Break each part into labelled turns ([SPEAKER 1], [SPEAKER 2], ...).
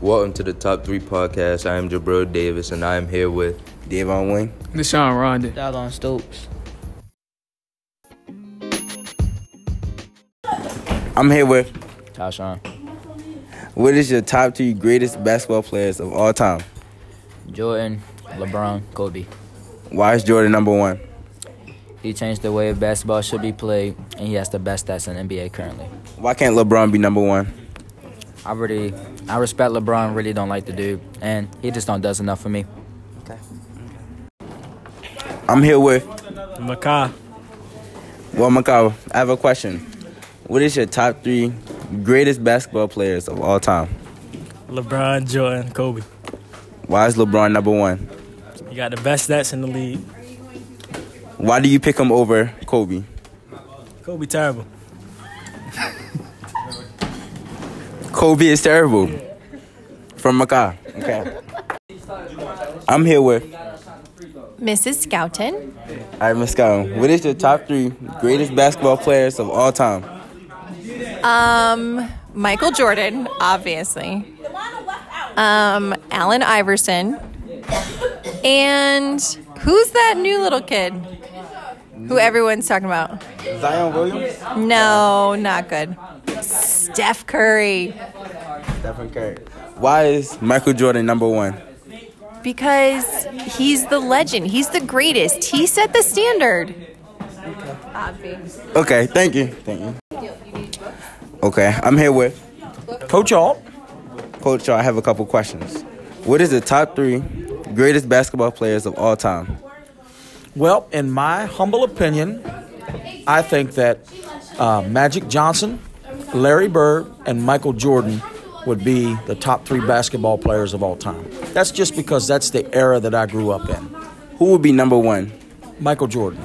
[SPEAKER 1] Welcome to the Top 3 Podcast. I am Jabril Davis, and I am here with
[SPEAKER 2] Davon Wing.
[SPEAKER 3] Deshaun Rhonda.
[SPEAKER 4] Dial on Stokes.
[SPEAKER 2] I'm here with
[SPEAKER 4] Tashawn.
[SPEAKER 2] what is your top three greatest basketball players of all time?
[SPEAKER 4] Jordan, LeBron, Kobe.
[SPEAKER 2] Why is Jordan number one?
[SPEAKER 4] He changed the way basketball should be played, and he has the best stats in NBA currently.
[SPEAKER 2] Why can't LeBron be number one?
[SPEAKER 4] I really, I respect LeBron. Really don't like the dude, and he just don't does enough for me.
[SPEAKER 2] I'm here with
[SPEAKER 5] Makai,
[SPEAKER 2] Well Makawa. I have a question. What is your top three greatest basketball players of all time?
[SPEAKER 5] LeBron, Jordan, Kobe.
[SPEAKER 2] Why is LeBron number one?
[SPEAKER 5] You got the best stats in the league.
[SPEAKER 2] Why do you pick him over Kobe?
[SPEAKER 5] Kobe terrible.
[SPEAKER 2] Kobe is terrible. From Macau. Okay. I'm here with
[SPEAKER 6] Mrs. Scouten,
[SPEAKER 2] All right, Miss Scott, what is your top three greatest basketball players of all time?
[SPEAKER 6] um, Michael Jordan, obviously, um, Allen Iverson, and who's that new little kid who everyone's talking about?
[SPEAKER 2] Zion Williams,
[SPEAKER 6] No, not good. Steph Curry,
[SPEAKER 2] Stephen Curry. Why is Michael Jordan number one?
[SPEAKER 6] because he's the legend. He's the greatest. He set the standard. Obvious.
[SPEAKER 2] Okay, thank you. Thank you. Okay, I'm here with Coach All. Coach All, I have a couple questions. What is the top three greatest basketball players of all time?
[SPEAKER 7] Well, in my humble opinion, I think that uh, Magic Johnson, Larry Bird, and Michael Jordan would be the top three basketball players of all time. That's just because that's the era that I grew up in.
[SPEAKER 2] Who would be number one?
[SPEAKER 7] Michael Jordan.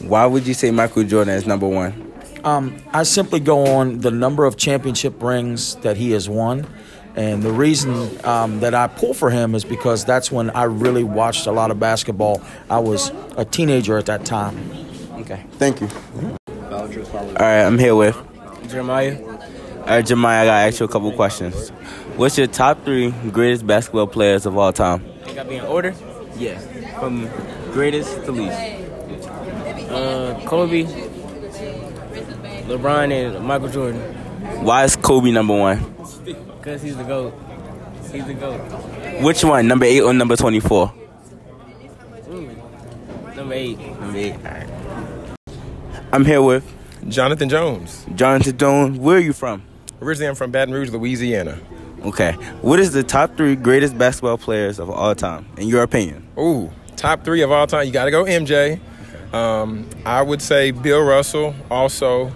[SPEAKER 2] Why would you say Michael Jordan is number one?
[SPEAKER 7] Um, I simply go on the number of championship rings that he has won. And the reason um, that I pull for him is because that's when I really watched a lot of basketball. I was a teenager at that time.
[SPEAKER 2] Okay, thank you. All right, I'm here with Jeremiah. All right, Jeremiah, I gotta ask you a couple questions. What's your top three greatest basketball players of all time?
[SPEAKER 8] Gotta be in order.
[SPEAKER 2] Yeah, from greatest to least.
[SPEAKER 8] Uh, Kobe, LeBron, and Michael Jordan.
[SPEAKER 2] Why is Kobe number one?
[SPEAKER 8] Because he's the GOAT. He's the GOAT.
[SPEAKER 2] Which one, number eight or number 24?
[SPEAKER 8] Number eight.
[SPEAKER 2] Number eight, I'm here with
[SPEAKER 9] Jonathan Jones.
[SPEAKER 2] Jonathan Jones. Where are you from?
[SPEAKER 9] Originally, I'm from Baton Rouge, Louisiana.
[SPEAKER 2] Okay, what is the top three greatest basketball players of all time, in your opinion?
[SPEAKER 9] Ooh, top three of all time. You got to go MJ. Um, I would say Bill Russell also,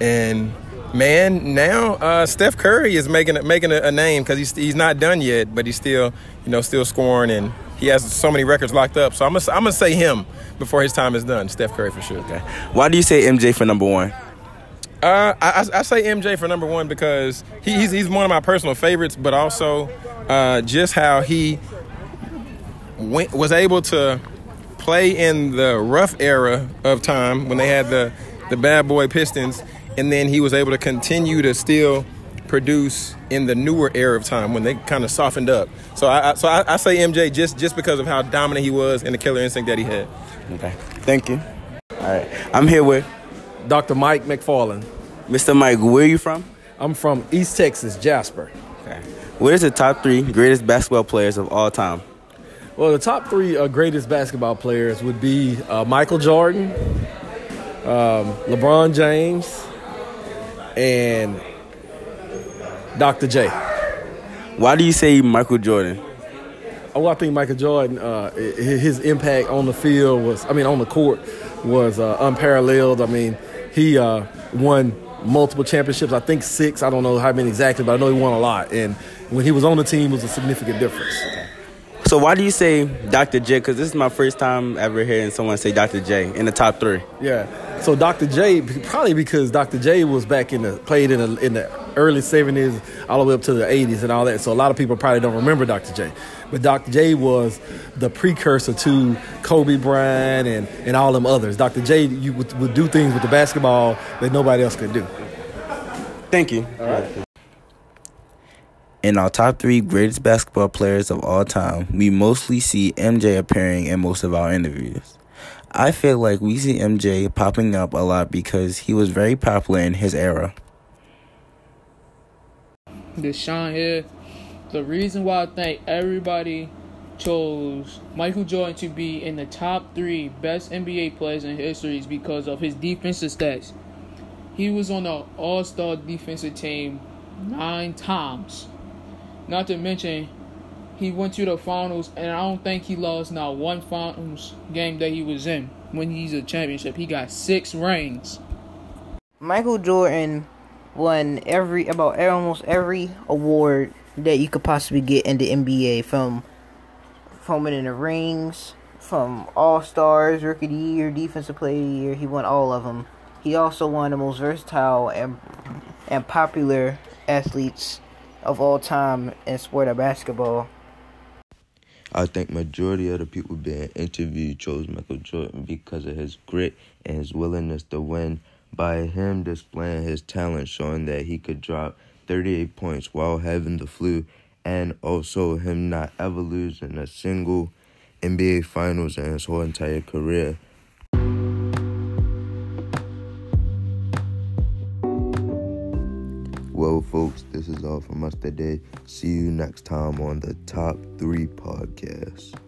[SPEAKER 9] and man, now uh, Steph Curry is making a- making a, a name because he's he's not done yet, but he's still you know still scoring and he has so many records locked up. So I'm gonna I'm gonna say him before his time is done. Steph Curry for sure.
[SPEAKER 2] Okay. Why do you say MJ for number one?
[SPEAKER 9] Uh, I, I I say MJ for number one because he, he's, he's one of my personal favorites, but also uh, just how he went, was able to play in the rough era of time when they had the, the bad boy Pistons, and then he was able to continue to still produce in the newer era of time when they kind of softened up. So I, I so I, I say MJ just just because of how dominant he was and the killer instinct that he had.
[SPEAKER 2] Okay, thank you. All right, I'm here with
[SPEAKER 10] Dr. Mike McFarland.
[SPEAKER 2] Mr. Mike. Where are you from?
[SPEAKER 10] I'm from East Texas, Jasper.
[SPEAKER 2] Okay. What is the top three greatest basketball players of all time?
[SPEAKER 10] Well, the top three uh, greatest basketball players would be uh, Michael Jordan, um, LeBron James, and Dr. J.
[SPEAKER 2] Why do you say Michael Jordan?
[SPEAKER 10] Oh, I think Michael Jordan, uh, i- his impact on the field was, I mean, on the court was uh, unparalleled. I mean, he uh, won multiple championships. I think six. I don't know how many exactly, but I know he won a lot. And when he was on the team, it was a significant difference.
[SPEAKER 2] So why do you say Dr. J? Because this is my first time ever hearing someone say Dr. J in the top three.
[SPEAKER 10] Yeah. So Dr. J, probably because Dr. J was back in the played in the in the early '70s, all the way up to the '80s and all that. So a lot of people probably don't remember Dr. J, but Dr. J was the precursor to Kobe Bryant and and all them others. Dr. J, you would, would do things with the basketball that nobody else could do.
[SPEAKER 2] Thank you. In our top three greatest basketball players of all time, we mostly see MJ appearing in most of our interviews. I feel like we see MJ popping up a lot because he was very popular in his era.
[SPEAKER 3] Deshaun here. The reason why I think everybody chose Michael Jordan to be in the top three best NBA players in history is because of his defensive stats. He was on the All Star defensive team nine times. Not to mention, he went to the finals, and I don't think he lost not one finals game that he was in when he's a championship. He got six rings.
[SPEAKER 11] Michael Jordan won every about almost every award that you could possibly get in the NBA from from winning the rings, from All Stars, Rookie of the Year, Defensive Player of the Year. He won all of them. He also won the most versatile and and popular athletes of all time in sport of basketball.
[SPEAKER 9] I think majority of the people being interviewed chose Michael Jordan because of his grit and his willingness to win by him displaying his talent, showing that he could drop 38 points while having the flu, and also him not ever losing a single NBA Finals in his whole entire career. Well, folks, this is all from us today. See you next time on the Top 3 Podcast.